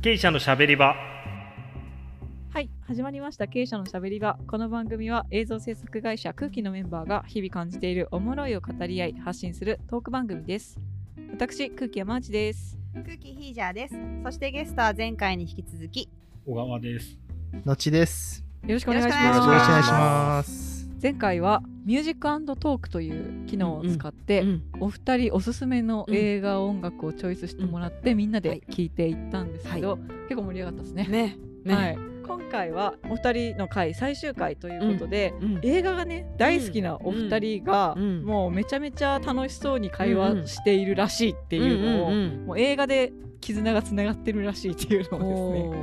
経営者のしゃべり場はい始まりました経営者のしゃべり場この番組は映像制作会社空気のメンバーが日々感じているおもろいを語り合い発信するトーク番組です私空気山内です空気ヒージャーです。そしてゲストは前回に引き続き、小川です。のちです。よろしくお願いしよろよろししくおくお願願いいししまます。前回はミュージックトークという機能を使って、うんお二人おすすめの映画、音楽をチョイスしてもらって、みんなで聞いていったんですけど、結構盛り上がったですね。ね、ね、はい、今回はお二人の回最終回ということで、うん、映画がね大好きなお二人が、うんうんもうめちゃめちゃ楽しそうに会うんうん話しているらしいっていうのを、んんもう映画で絆がつながってるらしいっていうのうんをですね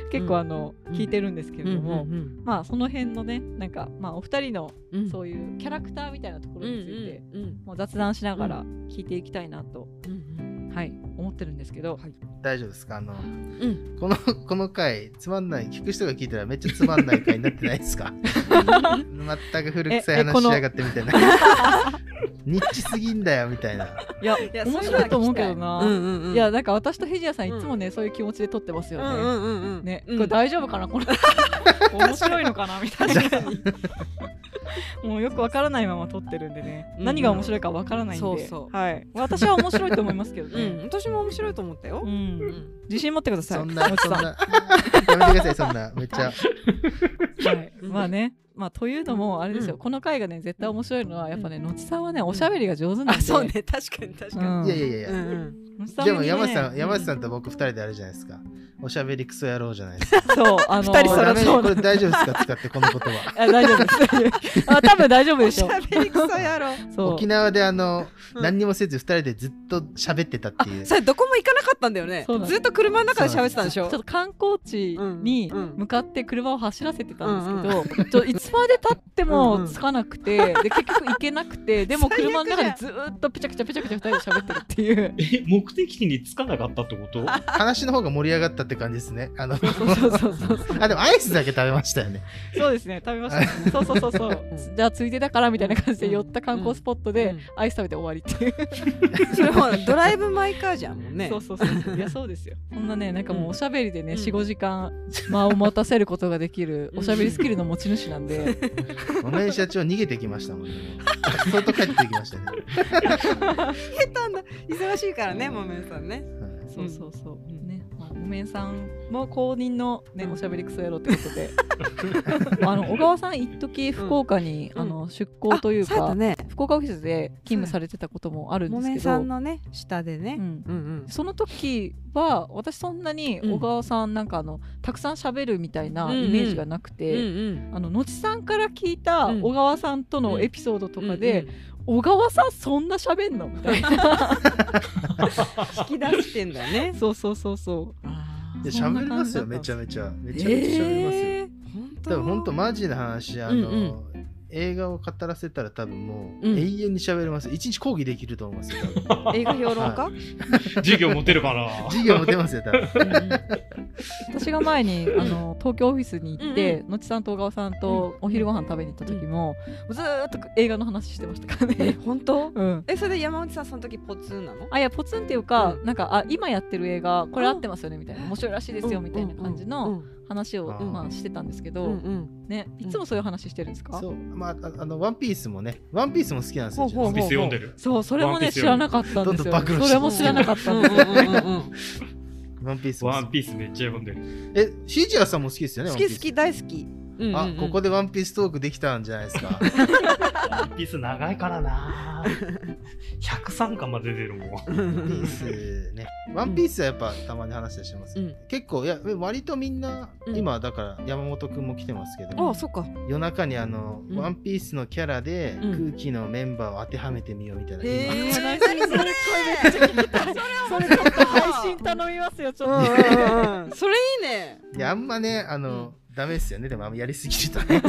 おー結構あの、うん聞いてるんですけれども、うんうんまあその辺のねなんか、まあ、お二人のうんうんそういうキャラクターみたいなところについて、うんうんもう雑談しながら聞いていきたいなと、うんはい思ってるんですけど、大丈夫ですかあの、うんうんこの、この回、つまんない、聞く人が聞いたらめっちゃつまんない回になってないですか全く古臭いええこ話のしやがってみたいな。ニッチすぎんだよみたいな。いやいや面白いと思うけどな、うんうんうんいやなんか私とヘジヤさんいうんつもね、そういう気持ちで撮ってますうよんね、うんうんうんね、うんこれ大丈夫かな これ面白いのかなみたいなもうよくわからないまま撮ってるんでね、うん何が面白いかわからないんで、そうそうはい、私は面白いと思いますけどうねん、私も面白いと思ったよう。うんん、自信持ってくださいそんな、もちそさんんな。やめてください、そんな。めっちゃ。はい、うんまあね、まあ、というのもあれですよ、うんこの回がね絶対面白いのはやっぱね、のちさんはねおしゃべりが上手なんあ、でそうね、確かに確うかんいやいやいに。や。うんうんのちさんではもね山下さん、山下さんと僕二人であるじゃないですか。おしゃべりクソ野郎じゃないですか。そうあの二人こそれダろそメろこれ大丈夫ですか使ってこのことは。あ大丈夫 です大丈夫ですあ多分大丈夫でしょおしゃべりクソ野郎。そう沖縄であの、うん何にもせず二人でずっと喋ってたっていう そ。れどこも行かなかったんだよねそうな。のずっと車の中で喋ってたんでしちょっょ。と観光地にうんうん向かって車を走らせてたんですけど、ちょいつまでたっても着かなくて、 で結局行けなくてでも最悪じ車ゃんの中でずーっとぺちゃくちゃぺちゃくちゃ2人で喋ってるっていうえ、目的地に着かなかったって こと？話の方が盛り上がったって感じですね。あの、そうそうそうそうあ、でもアイスだけ食べましたよね。そうですね食べましたねそうそうそうそう じゃあついでだからみたいな感じで寄った観光スポットうでんアイス食べて終わりっていう、それほらドライブマイカーじゃんもんねそう。そうそうそういやそうですよそんなねなんかもうおしゃべりでね、うん45時間間を持たせることができるうんおしゃべりスキルの持ち主なんで、木綿社長逃げてきましたもんね。相当帰ってきましたね。下手な忙しいからね、もめんさんね。はいそうそうそう、ね、まあ、ごめんさんも公認のね、おしゃべりクソ野郎ってことで。あの小川さん一時福岡に、うんあの出向というあそうか、だね。福岡オフィスで勤務されてたこともあるんもですめけさど。んのね下でうね。んうんうん。その時は私そんなに小川さんなんかあの、たくさん喋るみたいなイメージがなくうんて、うん。あののちさんから聞いたうん小川さんとのエピソードとかで、小川さんそんな喋んのみたいな引き出してんだね。 そうそうそうそういやそんな喋りますよ、感めじちだゃっめちゃ。めえちゃめちゃ喋りますよ。ー本当。多分ほんとマジな話、あの、うん映画を語らせたら多分もううん永遠に喋れます。一日講義できると思いますよ。多 分映画評論家。授業持てるかな。授業も出ますよ、多分。私が前にあの東京オフィスに行って、うのちさんと小川さんとお昼ご飯食べに行った時も、ずーっと映画の話してましたから えね。本当。 うんえそれで山内さんその時ポツンなの？あいやポツンっていうか、うんなんかあ今やってる映画これ合ってますよねみたいな面白いらしいですよみたいな感じうのん話を、うんまあ、してたんですけうど、んうん。ね、いつもそういう話してるんですか、そう。まあ、ああの、ワンピースもね、ワンピースも好きなんですよ。ほうほうほうビス読んでる。そうそれもワンピーねス知よらなかったんですどんどよん暴露してそれも知らなかったんですよ うんうんうんうんワンピースもワ好ンき。ピースめっちゃ読んでる。え、シージアさんも好きですよね、好ワンピーきス好き大好き。あ、ここででワンピーストークできたんじゃないです か。ワンピース長いから な。百三巻まで出てるもん。ワンピースね。ワンピースはやっぱたまに話したりします、うん結構いや割とみんな、うん今だから山本くんも来てますけど、あそっか。夜中にあの、うんワンピースのキャラでうん空気のメンバーを当てはめてみようみたいな。へ今ーうわ何何それそれそれちょっと配信頼みますよちょっと、うんうんうんそれいいね。いやあんまねあの、ダメですよねでもあんまやりすぎると ね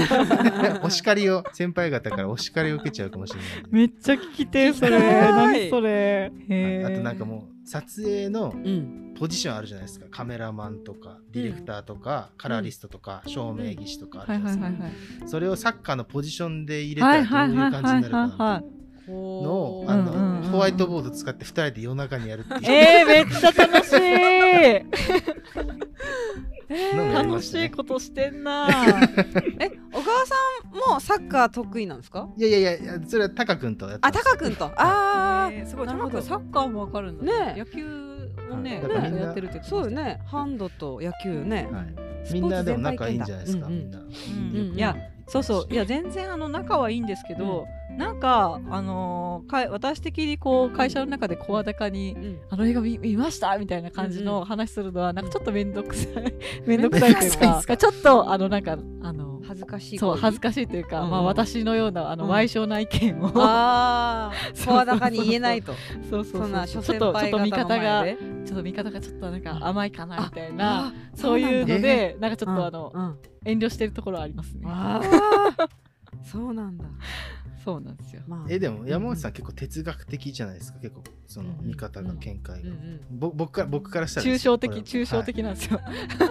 お叱りを先輩方からお叱りを受けちゃうかもしれないんでめっちゃ聞きてえそれ聞きたい何それへあーあとなんかもう撮影のうんポジションあるじゃないですかカメラマンとかディレクターとか、カラーリストとか照明技師とかあるじはゃいないではいすかはいはいそれをサッカーのポジションで入れたらどういう感じになるかなみたいなのほーあうんうんのうんホワイトボード使って2人で夜中にやるっていうえー、めっちゃ楽しいえーなんかありま楽ししたねいことしてんなーえ小川さんもサッカー得意なんですかいやいやいやそれはタカ君とやってあますタカ君とあー えーすごいなるほどトマくんサッカーもわかるんだねえ野球もねうんだからみんなやってるって言ってそまうしよたねハンドと野球よね、はい、みんなでも仲いいんじゃないですか、うんうんみんな、うんうんいやそうそういや全然あの仲はいいんですけど、なんかあのーか私的にこう会社の中で声高にうん「あの映画見見ました?」みたいな感じうんうのん話するのはなんかちょっと面倒くさ い面倒くさいという面倒くさいんかすかちょっとあのなんかあの恥ずかしいそう恥ずかかしいというか、うんまあ、私のようなあのうん賠償な意見を、あ そうそうあ声高に言えないと そうそうそんなちょ諸っとちょっ先輩と方見の方が前でちょっと見方がちょっとなんか甘いかなみたいなあーそういうのなんだでなんかちょっうんとあのうん遠慮してるところはありますね。 あーそうなんだそうなんですよ。まあえでも山本さん結構哲学的じゃないですか結構そのうん見方が見解うんが、うんぼ僕から僕からしたら抽ですよ象的これは抽象的なんですよ。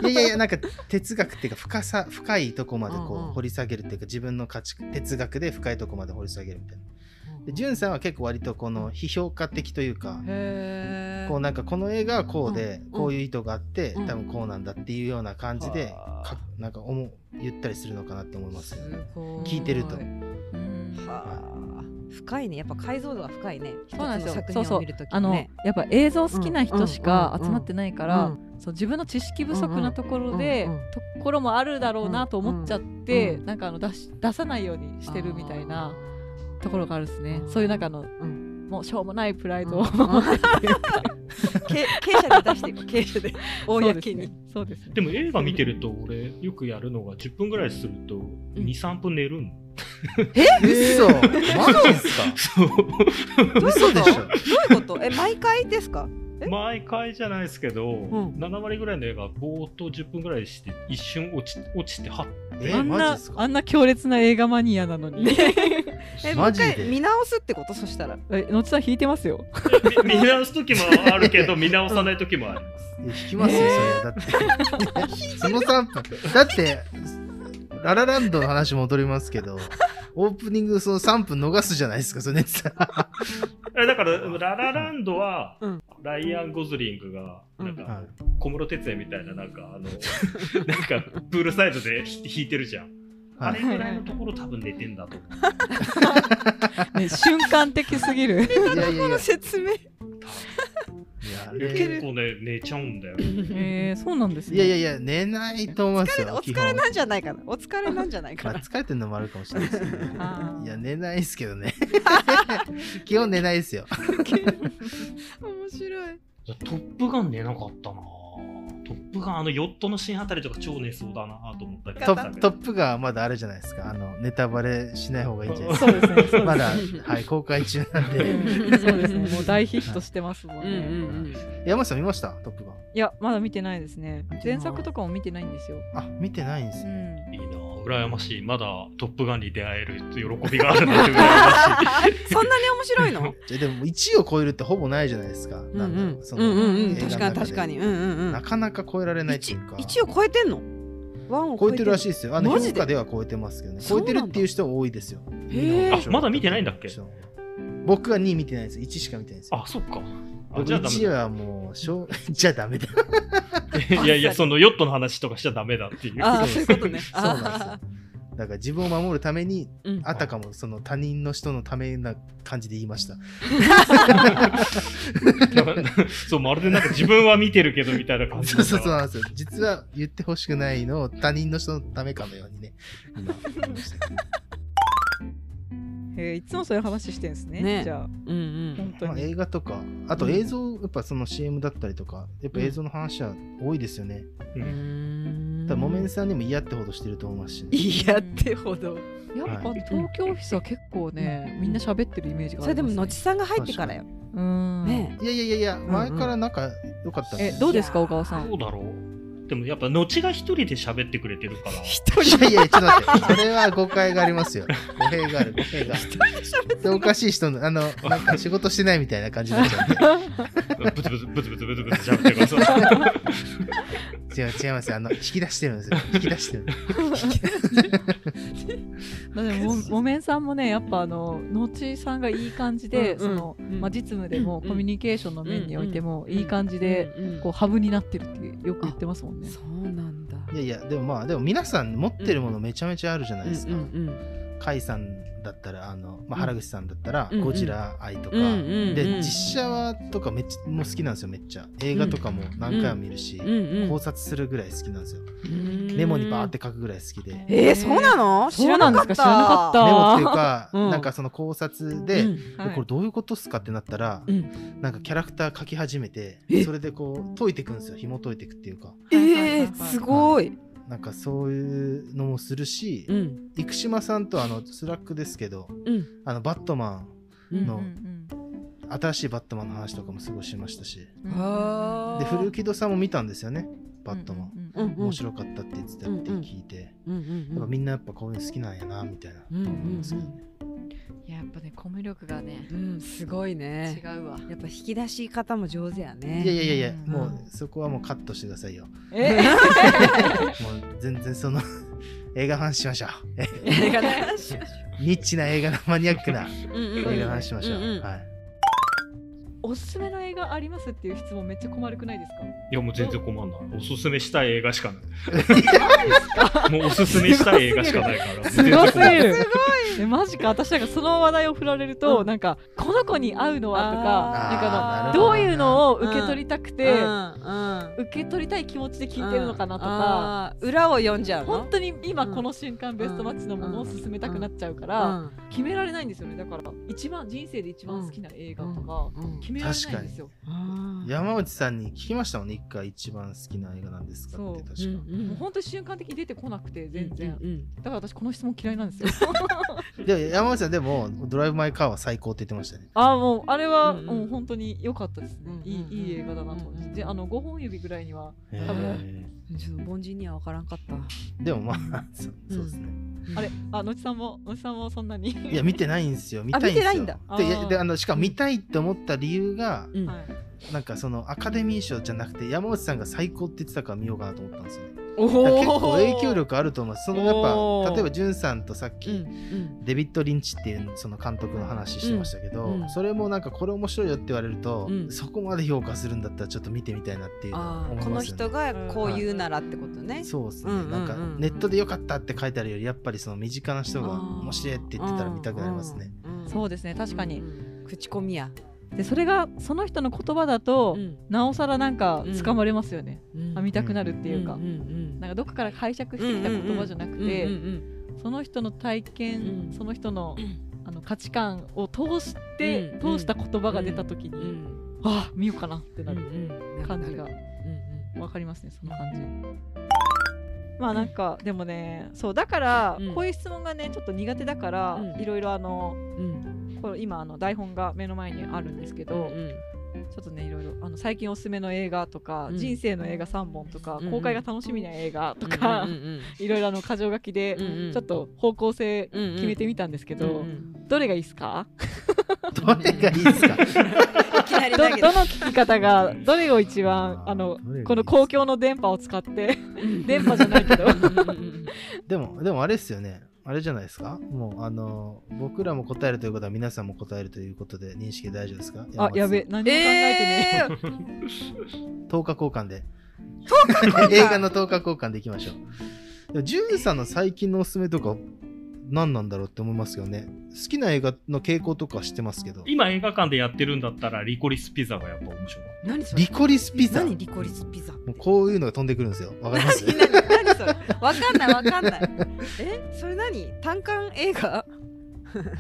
はいいやいやいやなんか哲学っていうか深さ深いとこまでこう、うんうん掘り下げるっていうか自分の価値哲学で深いとこまで掘り下げるみたいなでジュンさんは結構割とこの批評家的というか、へーこうなんかこの映画はこうで、うんこういう意図があって、うん多分こうなんだっていうような感じで、かなんか思う言ったりするのかなって思いますすよね。ご聞いてるとうんはあ深いねやっぱ解像度が深いね一つそうなんのですよ作そうそ品うを見るときあの、ねやっぱ映像好きな人しかうんうんうん集うんまってないから、うんそう自分の知識不足なところで、うんうんうんうんところもあるだろうなと思っちゃって、うんうんなんかあの出し出さないようにしてるみたいなところがあるですねあーそういうなんかあの、んもうしょうもないプライうんドを、 け傾斜で出していこう傾斜で公にそうですねそうですねでも映画見てると俺よくやるのが10分ぐらいすると23分寝る ん嘘マジですかそうどういうこと嘘でしょどういうことえ毎回ですか毎回じゃないですけど、ん7割ぐらいの映画ぼーっと10分ぐらいして一瞬落ち落ちてはっえあんマジなですかあんな強烈な映画マニアなのに、えもうマ一ジ回見で直すってことそしたら えのちさん引いてます よて見見直す時もある けど見直さない時もありますいや引きますよ、それはだってその3分だってララランドの話戻りますけどオープニングその3分逃すじゃないですかそれ寝てたらえだから「ラ・ラ・ランドは」うんライアン・ゴズリングがなんはかい小室哲哉みたいななんかあのなんかプールサイドでひ弾いてるじゃん、あはいれぐらいのところ多分寝てんだと思うね瞬間的すぎる いやいやいやいや説明あえれ結構ね寝ちゃうんだよねえー、そうなんですねいやいやいや寝ないと思いますよお疲れなんじゃないかなお疲れなんじゃない基本かまなあ疲れてるのもあるかもしれないですけどあー いや寝ないですけどね基本寝ないですよ面白いトップガン寝なかったなトップガンあのヨットのシーンあたりとか超寝そうだなと思ったりトとかップトップがまだあるじゃないですかあのネタバレしない方がいいんじゃないですかそうですねそうですねまだ、はい、公開中なんで。うんそう ですね。もう大ヒットしてますもんうんね。うんうん山下さん見ましたトップガン。いや、まだ見てないですね見。てない前作とかも見てないんですよ。あ、見てないんですうね。ん。いいな羨ましいまだトップガンに出会える喜びがあるなんて 羨ましいそんなに面白いのじゃあでも1を超えるってほぼないじゃないですか。うんうなんだろんうそうんのうんうん映画の確中かでに確かにうんうんうなんかなか超えられないって一いうか。一を超えてんのワンを超えてるらいしいですよ。あのマジ評で価では超えてますけどね。そ超うえなてんだるっていう人多いですよ。へーあまだ見てないんだっけ僕は2見てないです。1しか見てないですよ。あそっかあ僕じゃあダ1メはもう、しょう じゃあダメだ。だいやいやそのヨットの話とかしちゃダメだっていうあーそういうことね そうなんですよ。だから自分を守るためにうんあたかもその他人の人のためな感じで言いました。なんか そうまるでなんか自分は見てるけどみたいな感じ そうそうそうなんですよ。実は言ってほしくないのを他人の人のためかのようにね。今言いましたけどえーいつもそういう話してんですね。ねじゃあ、うんうん本当まあに。映画とか、あと映像、やっぱその CM だったりとか、やっぱ映像の話は多いですよね。うーんただ、もめんさんにも嫌ってほどしてると思いますし、ね。いやってほどやっぱは東京オフィスは結構ね、みんな喋ってるイメージがそあれりでまもす、ね。のちさんが入ってからようーん。ねいやいやいやいや、前から仲良かったんえ、で。どうですか、小川さん。どうだろうでもやっぱ後が一人で喋ってくれてるから 一いやいや、ちょっと待って。それは誤解がありますよ。語弊がある、語 弊がある。でおかしい人の、あの、なんか仕事してないみたいな感じになっちゃうんで。ブツブツブツブツブツブツ喋ってるからさ違う、違いますよ。あの、引き出してるんですよ。引き出してる。だってももめんさんもねやっぱあののちさんがいい感じで、うんそのうんまあ、実務でも、うんコミュニケーションの面においても、いい感じで、うんうんこうハブになってるってよく言ってますもんね。そうなんだいやいや、でもまあ、でも皆さん持ってるものめちゃめちゃあるじゃないですか。うんうん甲斐さんだったら、あの、まあ、原口さんだったらうん、ゴジラ愛とか、うんうんうんで、実写はとかめっちゃ、もう好きなんですよ、めっちゃ。映画とかも何回も見るし、うんうん考察するぐらい好きなんですよ。うんメモにバーって書くぐらい好きで。メえー、そうなの知そうらななんかでっすかた知らなかった。モっていうか、うんなんかその考察で、うんでこれどういうことっすかってなったら、うんなんかキャラクター書き始めてえそれでこう解いていくんですよ紐解いていくっていうかえはいはいはいはいー、すごい、なんかそういうのもするし、ん生島さんとあのスラックですけどうんあのバットマううのんうんン新しいバットマンの話とかもすごいしましたしうんはあで古木戸さんも見たんですよねバットマン、ンうん面白かったって言ってたって聞いて、うんやっぱみんなやっぱこういうの好きなんやなみたいな、うんうんうん思いますけどねいややっぱねコミュ力がねうん、すごいね違うわ。やっぱ引き出し方も上手やねいやいやいやいや、うんもうそこはもうカットしてくださ いよ。えもう全然その 映画の話しましょう。映画ね。ニッチな映画のマニアックなうんう映んうん画の話しましょう。うんうんはい。おすすめの映画ありますっていう質問めっちゃ困るくないですか？いやもう全然困んない。おすすめしたい映画しかない。もうおすすめしたい映画しかないから。すもごう全然す困んないぎる。えマジか私なんかその話題を振られると、うんなんかこの子に会うのはとかあなんかああーなのるほどどうねいうのを受け取りたくて、うんうん受け取りたい気持ちで聞いてるのかなとか、あー裏を読んじゃうの本当に今この瞬間ベストマッチのものを勧めたくなっちゃうから、決められないんですよねだから一番人生で一番好きな映画とか、うんうん決められないんですよ。うん山内さんに聞きましたもんね、一回一番好きな映画なんですかってそう確か。うんもう本当に瞬間的に出てこなくて全然、うんうんだから私この質問嫌いなんですよ でも山内さんでもドライブ・マイ・カーは最高って言ってましたね。ああもうあれはうんうんもう本当に良かったですね、うんうんうんいいいい映画だなと思って、うんうんであの5本指ぐらいには多うんちょっと凡人には分からんかったでもまあ、そそうですね。あれあのちさんものちさんもそんなにいや、見てないんですよ。見たいんですよ。見てないんだでいあやーであのしかも見たいって思った理由が、う んはい、なんかそのアカデミー賞じゃなくて山内さんが最高って言ってたから見ようかなと思ったんですよね。おだからー結構影響力あると思います。そのやおっーぱ例えばジュンさんとさっき、うんうんデビッド・リンチっていうその監督の話してましたけど、うんうんそれもなんかこれ面白いよって言われると、うんそこまで評価するんだったらちょっと見てみたいなっていうのはあ思ーいこのますよね。人がこう言うならってことねそうですね、うんうんうんうんなんかネットでよかったって書いてあるよりやっぱりその身近な人が面白いって言ってたら見たくなりますね。そううですね確かに、ん口コミやでそれがその人の言葉だと、なおさらなんか掴まれますよね、あ見たくなるっていうか、うんうんなんかどっかから解釈してきた言葉じゃなくて、うんうんその人の体験、うんその人のあの価値観を通して、うん通した言葉が出た時に、うんうんあ見ようかなってなるうんうん感じがうんわかりますねその感じ。まあなんかでもねそうだからうんこういう質問がねちょっと苦手だからうんいろいろあのうんこれ今あの台本が目の前にあるんですけうんどちょっとねいろいろあの最近おすすめの映画とかうん人生の映画3本とかうんうん公開が楽しみな映画ととか いろいろあの箇条書きでちょっと方向性決めてみたんですけどどれがいいですかどれがいいですか いきなりどだどけどの聞き方がどれを一番あのどれがいいこの公共の電波を使 って電波じゃないけどでもでもあれですよねあれじゃないですかもうあの僕らも答えるということは皆さんも答えるということで認識で大丈夫ですかあやべ何も考えてねえー10日交換で映画の10日交換でいきましょうでもジュンさんの最近のおすすめとか何なんだろうって思いますけどね好きな映画の傾向とかは知ってますけど今映画館でやってるんだったらリコリスピザがやっぱ面白い。何それリコリスピザ何もリコリスピザうこういうのが飛んでくるんですよわか ります何何それわかんないわかんない えそれ何単館映画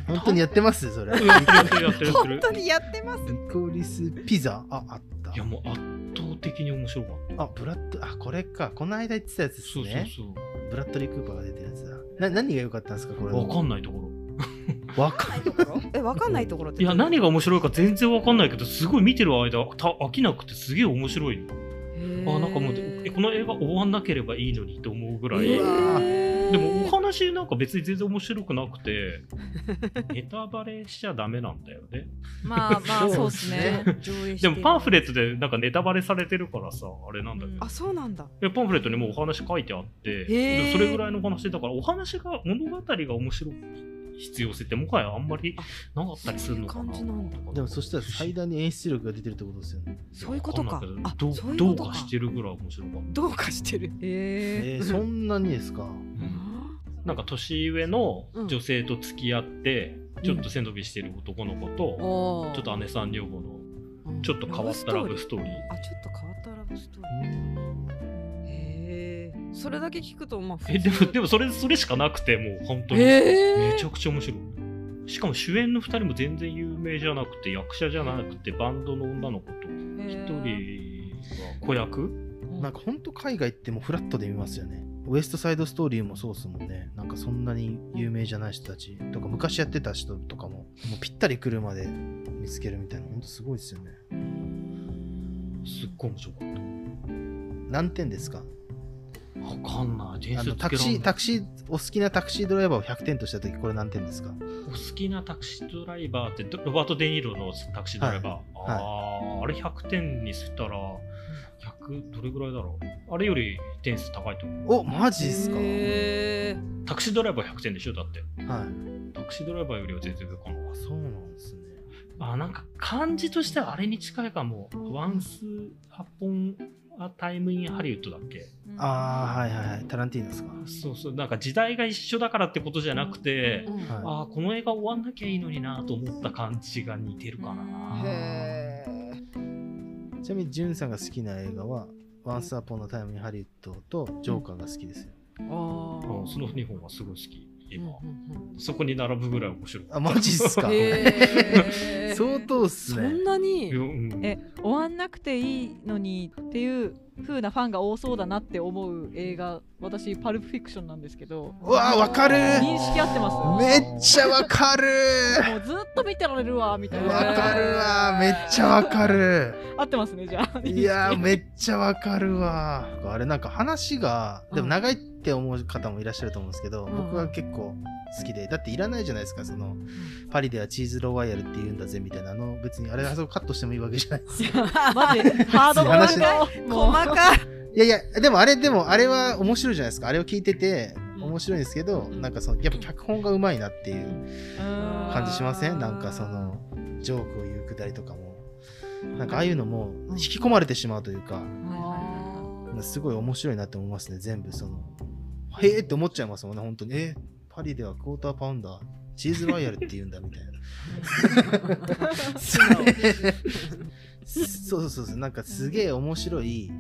本当にやってますそれうんやってるやってるやって本る当。にやってますリコリスピザああっいやたもう圧倒的に面白かった。あブラッドあこれかこの間言ってたやつですそうそうねそう。ブラッドリー・クーパーが出てるやつだな何が良かったんですかこれわかんないところ。わかんないところえわかんないところっていや何が面白いか全然わかんないけどすごい見てる間た飽きなくてすげえ面白いの。あなんかもうえこの映画終わんなければいいのにと思うぐらいえなーんでもお話なんか別に全然面白くなくて ネタバレしちゃダメなんだよねまあまあそでそううですすねね。上映してでるもパンフレットでなんかネタバレされてるからさあれなんだけど、あそうなんだ。えパンフレットにもうお話書いてあってへーでそれぐらいのお話だからお話が物語が面白い必要性ってもはやあんまりなかったりするのかなそういう感じでもそしたら最大に演出力が出てるってことです よね。そういうことかわん。ないあけどそういうどこうどとうかしてるぐらい面白かったどうかしてる。ええー、そんなにですか。なんか年上の女性と付き合って、ちょっと背伸びしてる男の子と、おーちょっと姉さん女房のちょっと変わったラブストーリーあちょっと変わったラブストーリうんー。へえ。それだけ聞くとまあ普えでもでもそれそれしかなくてもう本当に、めちゃくちゃ面白いしかも主演の2人も全然有名じゃなくて役者じゃなくてバンドの女の子と1人は子役なんか本当海外ってもうフラットで見ますよね。ウエストサイドストーリーもそうですもんね。なんかそんなに有名じゃない人たちとか昔やってた人とかももうぴったり来るまで見つけるみたいな本当すごいですよね。すっごい面白かっ何点ですかたわかんない点あ数のつタけクらシんなーいタクシーお好きなタクシードライバーを100点とした時これ何点ですかお好きなタクシードライバーってどロバート・デ・ニーロのタクシードライバー、はいあああれ100点にしたら100どれぐらいだろうあれより点数高いと思うおマジですか、へえ。タクシードライバー100点でしょだってはいタクシードライバーよりは全然上かなあそうなんですねあなんか漢字としてはあれに近いかも「ワンス・アポン・ア・タイム・イン・ハリウッド」だっけああはいはいはいタランティーノですかそうそうなんか時代が一緒だからってことじゃなくて、はいああこの映画終わんなきゃいいのになと思った感じが似てるかなへちなみにジュンさんが好きな映画は「ワンスアポンのタイムにハリウッド」と「ジョーカー」が好きですよ、え。うんその2本はすごい好き今、そこに並ぶぐらい面白いあマジっすかへえ。相当っすそねんないにや。うんえ終わんなくていいのにっていう風なファンが多そうだなって思う映画私パルプフィクションなんですけどうわーわかる認識合ってますめっちゃわかるもうずっと見てられるわみたいーなわかるわーめっちゃわかる合ってますねじゃあいやーめっちゃわかるわーあれなんか話がでも長いって思う方もいらっしゃると思うんですけど、うん僕は結構好きでだっていらないじゃないですかそのパリではチーズロワイヤルって言うんだぜみたいなあの別にあれあそこカットしてもいいわけじゃないですか マジハードル話高がい細かい。いやいやでもあれでもあれは面白いじゃないですかあれを聞いててうん面白いんですけど、んなんかそのやっぱ脚本がうまいなっていううん感じしませんなんかそのジョークを言うくだりとかもなんかああいうのも引き込まれてしまうというか、すごい面白いなって思いますね全部そのへえって思っちゃいますもんね本当にえパリではクォーターパウンダーチーズロイヤルって言うんだみたいなそれそうそうそうそうなんかすげえ面白い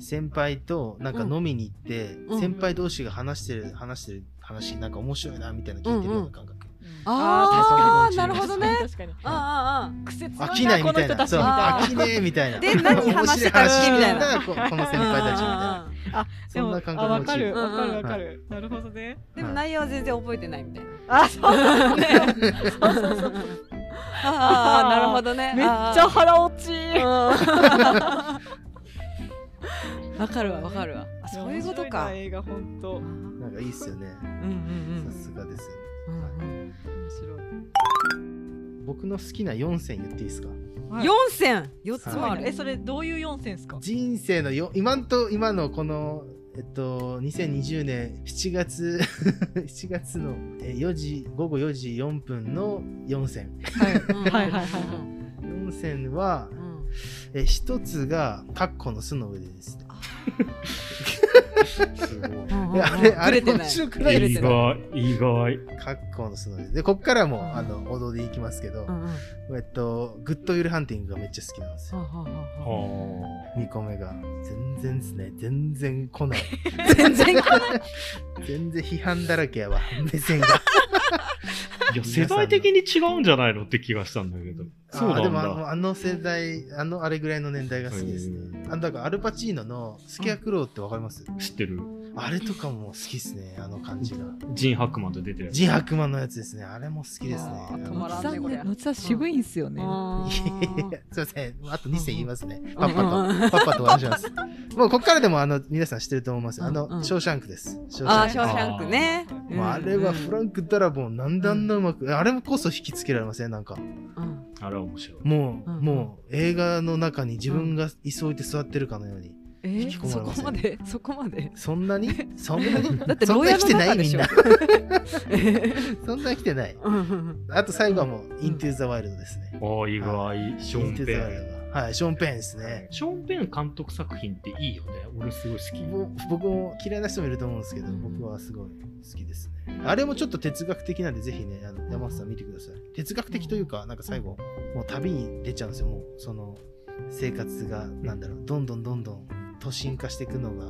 先輩となんか飲みに行って、うん先輩同士が話してる話してる話なんか面白いなみたいな聞いてるような感覚、あーーなるほどね確かに確かああに癖強いな飽きないみたいこの人な。たちそみう、たいな飽きねえみたいな。で何話してたっけ面白い話聞いてんみたいだここの先輩たちみたいな。みそんな感あわ覚かるのうんうんわかるわかる、なるほどねでも内容は全然覚えてないみたいな。あそうだねそうそうそうああなるほどね。めっちゃ腹落ちわかるわわかるわ。あそういうことか。映画本当面なんかいいっすよね。うんうんさすがですよね。うん僕の好きな4選言っていいですか白い四線四つもあえる。それどういう4選ですか人生のよ今んと今のこの、えっと、2020年7月 7月のえー4時午後4時4分の4選はいはいはいはい4選はうんえー一つがカッコの巣の上でですねすごいうんうんうんいやあれあれぶてな面い白くぶないでれすて意かる外意外カッコの巣の上でこっからもあの踊りいきますけど、うんうんえっと、グッドウィルハンティングがめっちゃ好きなんですよ。あはー2個目が。全然ですね。全然来ない。あ全然 来ない全然批判だらけや わ。目線が。いや世代的に違うんじゃないのって気がしたんだけどそうあーなでんもあだのあの世代、あのあれぐらいの年代が好きですね。あだからアルパチーノのスケアクローってわかります知ってるあれとかも好きですね、あの感じが。ジン・ハックマンと出てるやつジン・ハクマンのやつですね、あれも好きですね。あーあ止のまら松んね田これね松田渋いんすよね。あいやいーやすいません、あと2戦言いますね。んパッパと、パッパとお願いします。もうここからでもあの皆さん知ってると思いますよ。あうんうの、んショーシャンクです。ショあー、シシャョンークシャンクね。うんもうあれはフランク・ダラボン、なんだんなうまく、あれもこそ引きつけられません、なんか。うんあれは面白い。もう、うんもう映画の中に自分が椅子を置いて座ってるかのように。え引き込ー、まそれまこせんまで、そこまで。そんな にそんなにだって、そ牢んな屋来のてな中いでみしんょな。。 そんな来てない。うんうんあと最後はもう、インティー・ザ・ワイルドですね。ああ、意外。ショインーン・ティーペザ・ワイルドが。はい、ショーン・ペンですンね。。ショーン・ペン監督作品っていいよね。俺すごい好き。ぼ僕も嫌いな人もいると思うんですけど、うん僕はすごい好きですね。あれもちょっと哲学的なんで、ぜひね、あの山本さん見てください。哲学的というか、なんか最後、もう旅に出ちゃうんですよ、もう、その、生活が、なんだろう、どんどんどんどん都心化していくのが、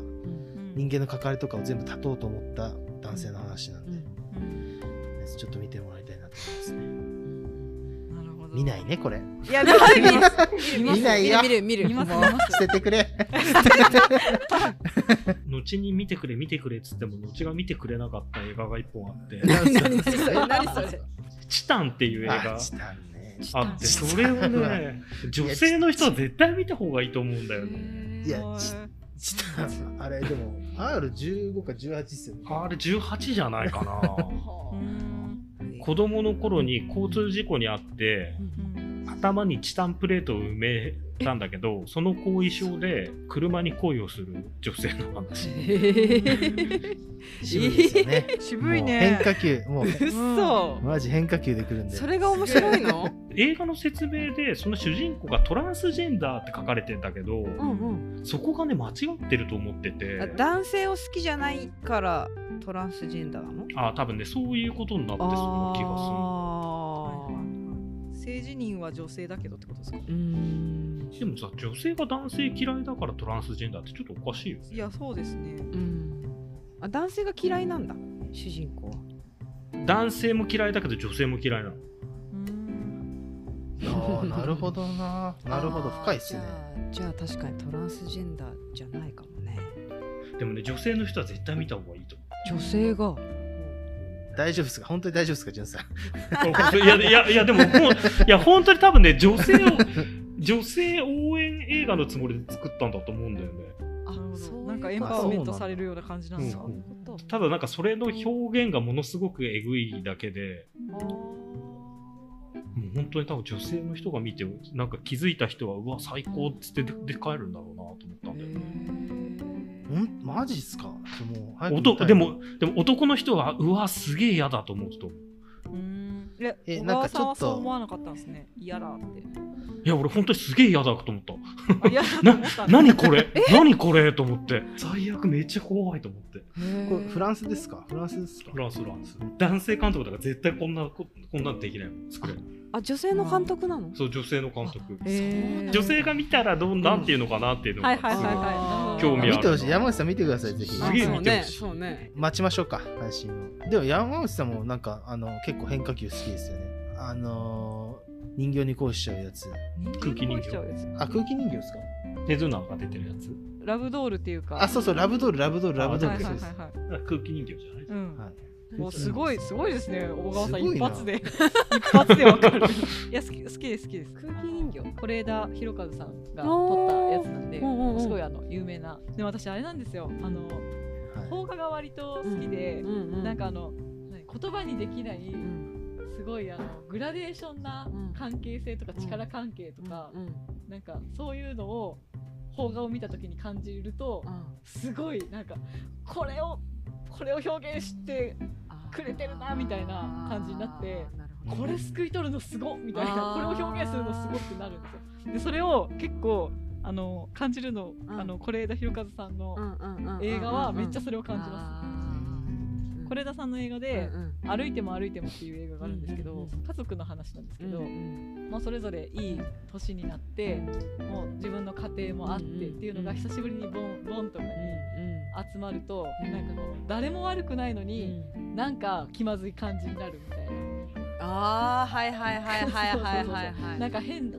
人間の関わりとかを全部断とうと思った男性の話なんで、うんちょっと見てもらいたいなと思いますね。なるほど見ないね、これ。いや、見ない見ます見ないよ見る見る見見まますす。見もます捨ててくれ。後に見てくれ、見てくれっつっても、後が見てくれなかった映画が一本あって、何それ何それチタンっていう映 あ画、チタンね。あって、チタンそれをね、女性の人は絶対見た方がいいと思うんだよね。いやちチタン、あれでも、R15 か18っすよね。あれ18じゃないかな。うはんあ子供の頃に交通事故にあって、うん頭にチタンプレートを埋めたんだけど、その後遺症で車に恋をする女性の話。渋いですよね。渋いもう変ね。化球、もう、嘘。マジ変化球で来るんで。それが面白いの？ 映画の説明で、その主人公がトランスジェンダーって書かれてんだけど、うんそこがね、間違ってると思ってうんあて。男性を好きじゃないからトランスジェンダーなの？あ多分ね、そういうことになってそうな気がする。あはいはいはい性自認は女性だけどってことですかーうーんでもさ、女性が男性嫌いだからトランスジェンダーってちょっとおかしいよね。いやそうですねうんあ男性が嫌いなんだ主人公は。男性も嫌いだけど女性も嫌いなの。あーなるほどな。なるほど、あー深いっすね。じゃあじゃあ確かにトランスジェンダーじゃないかもね。でもね、女性の人は絶対見た方がいい と思女性が。大丈夫っすか本当に大丈夫っすか、潤さん。う。いや、いや、いや、でも、ほんいや、本当に多分ね、女性を、 女性応援映画のつもりで作ったんだと思うんだよね。あそうなんかエンパワーメントされるような感じなんですか、うんことただなんかそれの表現がものすごくえぐいだけで、もう本当に多分女性の人が見て、なんか気づいた人は、うわ、最高っつってでで帰るんだろうなと思ったんだよね。んマジっすかもう早く見たい男でも、でも男の人は、うわ、すげえ嫌だと思うと思う。うんええ小なん川かちさょっとんはそう思わなかったんですね嫌だっていや、俺本当にすげえ嫌だと思った。 あ嫌だと思ったんだ何これ何これと思って。最悪めっちゃ怖いと思って。これフランスですかフランスですかフランス、フランス。男性監督だから絶対こんなこ、こんなんできないもん。作れない。あ女性の監督なの？そう、女性の監督。へー女性が見たらどんなんていうのかなっていうのはがいすごはいいはいはいあー興味ある見てほしい。山内さん見てください、ぜひ。すげえあそう見てほねしいそうね。待ちましょうか、配信を。でも山内さんもなんか、あの、結構変化球好きですよね。あのー、人形に恋しちゃうやつ。空気人こうしちゃうやつあ、空気人形ですかテズナが出てるやつ。ラブドールっていうかあ、そうそう、ラブドール、ラブドール、ラブドーはルいではす。いそうはいですはいだから空気人形じゃないうんはいおすごいすごいですね小川さんすごい一な発で一発でわかるいや好き好きです好きです空気人形是枝裕和さんが撮ったやつなんでおーうんうんうんすごいあの有名なで私あれなんですよあのはい邦画が割と好きでう、んうん。なんかあの何言葉にできないうんすごいあのグラデーションなうん関係性とか力関係とか、うんなんかそういうのを邦画を見た時に感じるとうんすごいなんかこれをこれを表現してくれてるなみたいな感じになってあーなるほどこれ救い取るのすごっみたいなあこれーを表現するのすごってなるんですよ。でそれを結構あの感じるのうんあの是枝裕和さんのうんうんうんうん映画はめっちゃそれを感じます。ます是枝さんの映画で「歩いても歩いても」っていう映画があるんですけうんうんどうん家族の話なんですけけどど、まあ、それぞれいい年になってもう自分の家庭もあってっうんうんていうのが久しぶりにボンボンとかに集まるとうんなんかこう誰も悪くないのになんか気まずい感じになるみたいな。ああはいはいはいはいはいはいはいなんか変な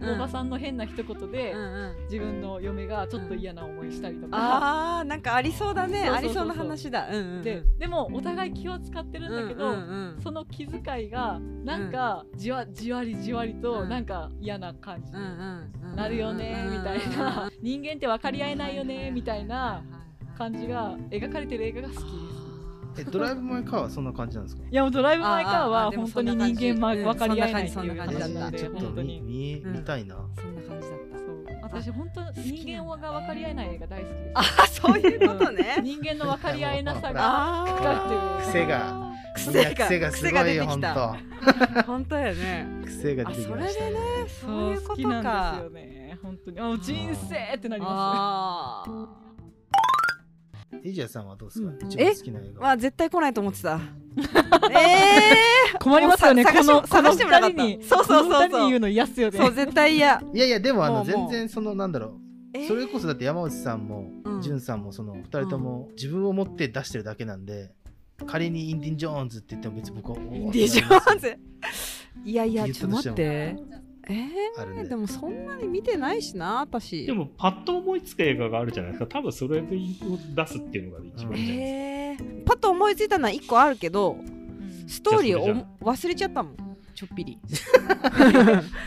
うんおばさんの変な一言で、うんうん自分の嫁がちょっと嫌な思いしたりとか、あーなんかありそうだそうねそうそうそうありそうな話だうんうんうんででもお互い気は使ってるんだけど、うんうんその気遣いがなんかじわじわりじわりとうんなんか嫌な感じうんうんうんうんなるよねみたいな人間って分かり合えないよねみたいなじ感じが描かれてる映画が好きです。えドライブ・マイ・カーはそんな感じなんですかいやもうドライブ・マイ・カーあああはでも本そ当んなに感じ人間まうん分かり合えないっていうそんな感話じなだっんたえーちでょっと本当見に。見うん見たいな。そんな感じだったそう私本当人間が分かり合えない映画大好きです。あそういうことね 人間の分かり合えなさがあー癖がい癖やが癖がすごいよ、癖本が当。出てきた本当やね癖が出てきましたね。そそういうう好こきとなんですかよね。本当にあもう人生ってなりまあーイジアさんはどうですか、うん一番好きな映ま画。あ絶対来ないと 思ってたえす。困りますよね。探こしのこの探してもなか二った人にそうそうそうそこうの二人に言うの嫌っすよー、ね。そう絶対嫌いやいや、でもあものう全もう然そのなんだろう。それこそだって山内さんもうんジュンさんもその二人とも自分を持って出してるだけなんで、仮にインディ・ン・ジョーンズって言っても別に僕は。インディ・ジョーンズいやいや言っちたょっととして待もってえあるー、んでで。もそんなに見てないしな私でもパッと思いつく映画があるじゃないですか多分それを出すっていうのが一番いいんじゃないですか、えー、パッと思いついたのは1個あるけどうんストーリーをじゃあそれ忘れちゃったもんちょっぴり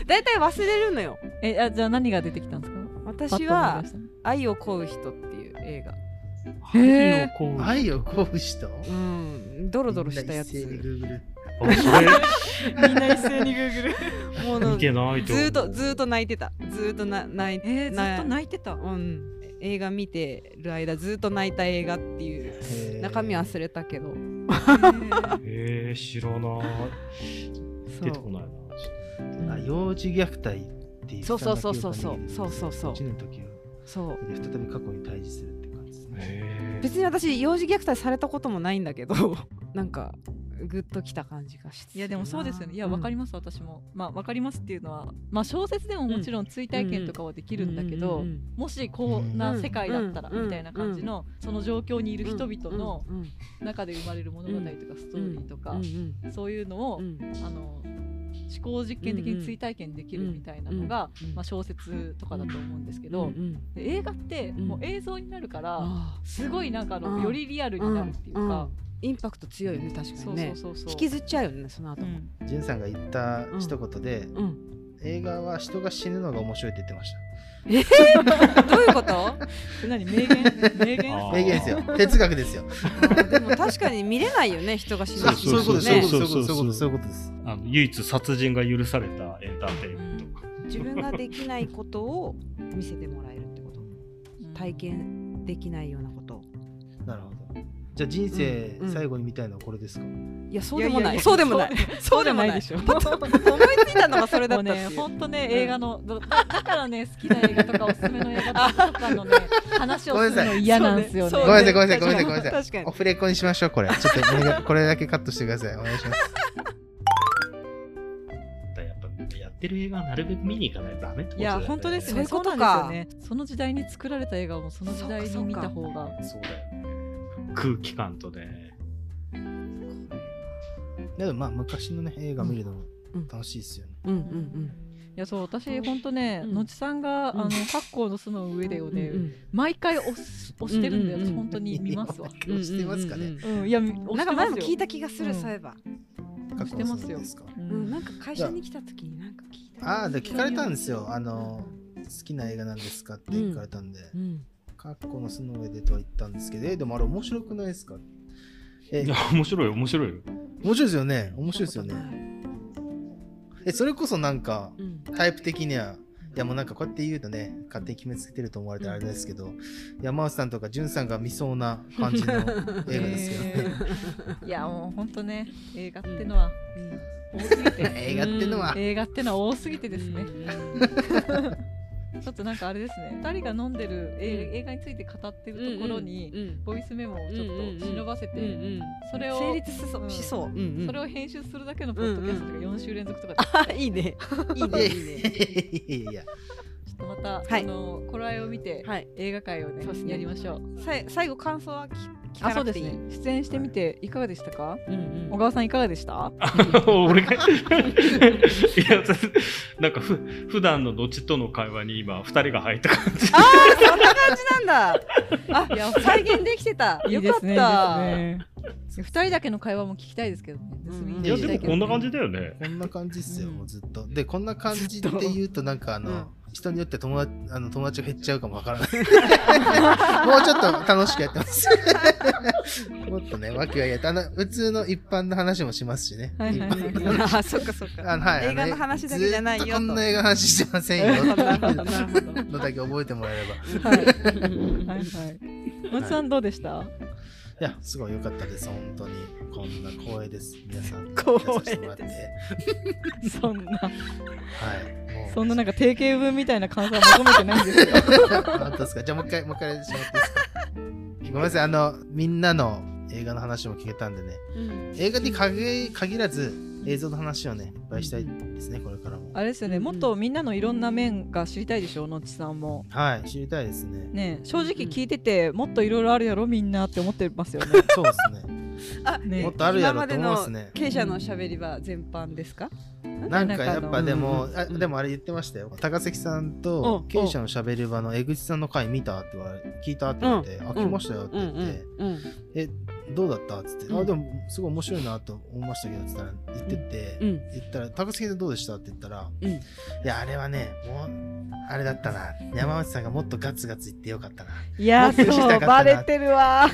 だいたい忘れるのよえあじゃあ何が出てきたんですか。私パッと思いは出した「愛を乞う人」っていう映画へー愛をこう愛を鼓舞した。うんドロドロしたやつみんな一斉に Google あそれみんな一斉にグーグル。もうの見てない ずと思うーっとずーっと泣いてたずーっとな泣い て、えー、ずっとな泣いてた。うん映画見てる間ずーっと泣いた映画っていうへー中身忘れたけどえー、知らないそ出てこうないなあ幼児虐待っていうそうそうそうそうそう悲惨な記憶がそうそうそう1年の時をそうで再び過去に対峙するって感じですね。え別に私幼児虐待されたこともないんだけど なんかグッときた感じがしていやでもそうですよね。いやわかります、私も。まあわかりますっていうのは、まあ小説でももちろん追体験とかはできるんだけど、もしこんな世界だったらうんみたいな感じの、その状況にいる人々のうんうん中で生まれる物語とかストーリーとか、うんうんそういうのを、うんあの思考実験的に追体験できるみたいなのが、うんうんまあ、小説とかだと思うんですけうど、んで映画ってんもう映像になるから、あすごいなんかあの、うんよりリアルになるっていううんか、インパクト強いよね確かそにうねそうそうそう。引きずっちゃうよねその後うも、んジュンさんが言った一言で、うん、映画は人が死ぬのが面白いって言ってましえー、どういうことあえ何名言名言た。あー名言ですよ。哲学ですよ。ー でも確かに見れないよね人が死ぬあそういうことです。そうねそうそういうことです。そういうことです。あの唯一殺人が許されたエンターテインメント自分ができないことを見せてもらえるってこと体験できないようなことなるほど。じゃあ人生うんうん最後に見たいのはこれですか、いやそうでもないやややそうでもないそそううででももなないいでしょ。思いついたのがそれだもっうたっていね、う本当ね、映画の、どだからね、好きな映画とかおすすめの映画とかのね、話をするの嫌なんですよね。そうごめんなさい、ねごめんなさい、ごめんなさい、ごめんなさい。確かにオフレコにしましょう、これ。ちょっとお願い これだけカットしてください。お願いします。だやっぱやってる映画はなるべく見に行かないとダメってこといだよや、ね本当ですそういね。うこそうとなかんですよね。その時代に作られた映画もその時代に見た方が。そうだよね空気感とねでもまあ、昔のね、映画見るのもうん楽しいですよね。うんうんいや、そう、私、本当ね、うんのちさんが、あうんの、発酵の巣の上でをうんね、毎回押す押してるんで、うんうんう私、ん本当に見ます わ。押してますかね。うん、いや、押してますよなんか前も聞いた気がすうるんそういえば過去のしてますよそうですかううんんなんか会社に来た時になんか聞いたああ、で聞かれたんですよ。あの、好きな映画なんですかって聞かれたんで、うん過去の巣の上でとは言ったんですけど、えでもあれ面白くないですかえいや面白い面白いよ面白いですよね。面白いですよね。え、それこそなんか、うんタイプ的には、いやもうなんかこうやって言うとね、勝手に決めつけてると思われてあれですけど、山内さんとか淳さんが見そうな感じの映画ですよ ね。いや、もう、本当ね、映画っての は、多すぎて。 映画ってのは、映画ってのは多すぎてですね。ねちょっとなんかあれですね、2人が飲んでる映映画について語ってるところに、ボイスメモをちょっと忍ばせて、それを成立しそうんうしそううんうんそれを編集するだけのポッドキャストが4週連続とかで、あ いいねいいねいいねいやいや、ちょっとまた、はいあの頃合いを見て、はい映画界をねそうですねやりましょう。さい最後感想は聞聞あかそうでなくすていい。ね出演してみていかがでしたかうんうん小川さんいかがでした 俺がいやなんかふ普段のどっちとの会話に今2人が入った感じああ、そんな感じなんだ。あ、いや再現できてた。いいよでかっすねた。いいですね二人だけの会話も聞きたいですけどね盗み聞いやうできたもいけどこんな感じだよ ねこんな感じっすよ、うんもうずっと。で、こんな感じって言うと、なんかあの、ずっと人によって友達あの友達が減っちゃうかもわから ない。もうちょっと楽しくやってます。もっとね、わけはやって、あの、普通の一般の話もしますしね。はいはいはい一般の あー、そっかそっか。あのはい、映画の話だけじゃないよずとっとこんな映画の話してませんよ。 なるほどなるほどのだけ覚えてもらえれば。いはいはいはい松さんどうでしたや、すごい良かったです、本当に。こんな光栄です、皆さん。光栄ですやらせてもらってそんなはい。も うそんななんか定型文みたいな感想は求めてないんですよ本当ですかじゃあもう一回、もう一回やらせてもらっていいですかごめんなさい、あの、みんなの映画の話も聞けたんでね、うん映画に限限らず映像の話をね、いっぱいしたいですね、これからも。あれですよねもっとみんなのいろんな面が知りたいでしょのっちさんもはい、知りたいですね。ね正直聞いててもっといろいろあるやろみんなって思ってますよねそうです ね。あ、ねもっとあるやろと思いますね今までの経営者の喋りは全般ですか？なんかやっぱでも、あうんうんでもあれ言ってましたよ。高関さんうとん経営者のしゃべり場の江口さんの回見たって言われ聞いたって言われて、あ、ん来ましたよって言って、うんえ、どうだったって言って、うあ、んでもすごい面白いなと思いましたけどって言ったら言ってて、う言んったら、高杉さんどうでしたって言ったら、うんいや、あれはね、もう、あれだったな。山内さんがもっとガツガツ言ってよかったな。いやもっと聞きたかったなるわ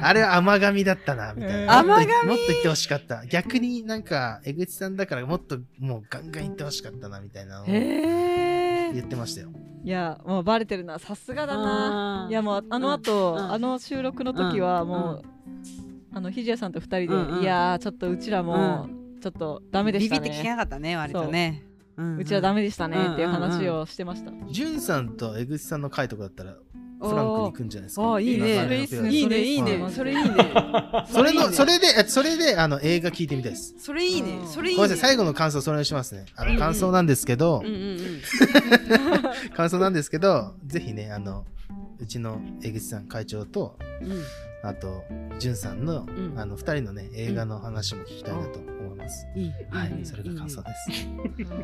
あれは甘神だったな、みたいな。うんもっともっと言ってほしかった。逆になんか、江口さんだからもっともうガンガン言ってほしかったな、みたいなのを言へえってましたよ。いやもうバレてるなさすがだなないやもうあの後、うんあの収録の時はもう、あのひじやさんと二人で、うんうんいやーちょっとうちらもちょっとダメでしたね、ビビって聞けなかったね割とね。ううちらダメ。メでしたねっていう話をしてました、ジュンさんと江口さんの回とかだったら、おーフランクに行くんじゃないですか。あーいいね今からのペアでいいねそれいいねはいそれそれいいね。いいの、ねそれで、えそれで、あの、映画聞いてみたいです。それいいねそれいいごね。めんなさい、最後の感想それにしますね。あの、感想なんですけど、うんうんうん。感想なんですけど、ぜひね、あの、うちの江口さん会長と、うんあと、じゅんさんの、んあの、二人のね、映画の話も聞きたいなと思います。いい。はいいいねい、それが感想です。感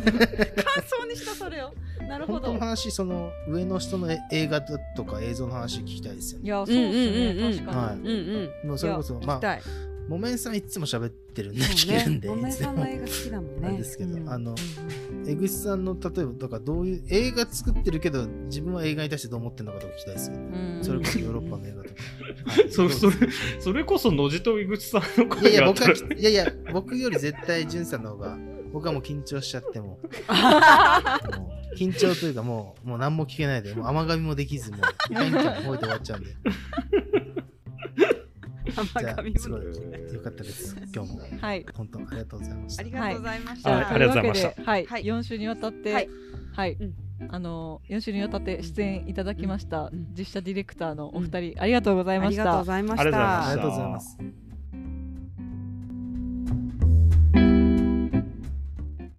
想にしたそれを。なるほ本当どの。話、その、上の人のえ映画だとか映像の話聞きたいですよいね。やそうですね、うんうんうんうん確かはに、うんうん。もうそれこそ、聞まきあ、たい。木綿さんいつも喋ってるんでそう聞ねけるんで、おい前つでさんのも。映画好 きだもんなんねで。すけうんど、あの、江口さんの、例えば、とか、どういう、映画作ってるけど、自分は映画に対してどう思ってるのかとか聞きたいですよね。うんそれこそヨーロッパの映画 とか。はいそれそれそれこそ野地と井口さんの声いやいや、があっ僕たはらき、いやいや、僕より絶対、じゅんさんの方が、僕はもう緊張しちゃってもう、もう緊張というか、もう、もう何も聞けないで、もう甘噛みもできず、もう、勉強の方で終わっちゃうんで、じゃ甘噛みあ、すごもい、よかったです。今日も、はい本当、ありがとうございましあたり。がとうございましはいた。ありがとうございましたとうわけではい、はい4週にわたって、ははいい、うんあの4週にわたって出演いただきました、うんうん実写ディレクターのお二人、ありがとうございました。ざいまありがとうございましたありがとうございます。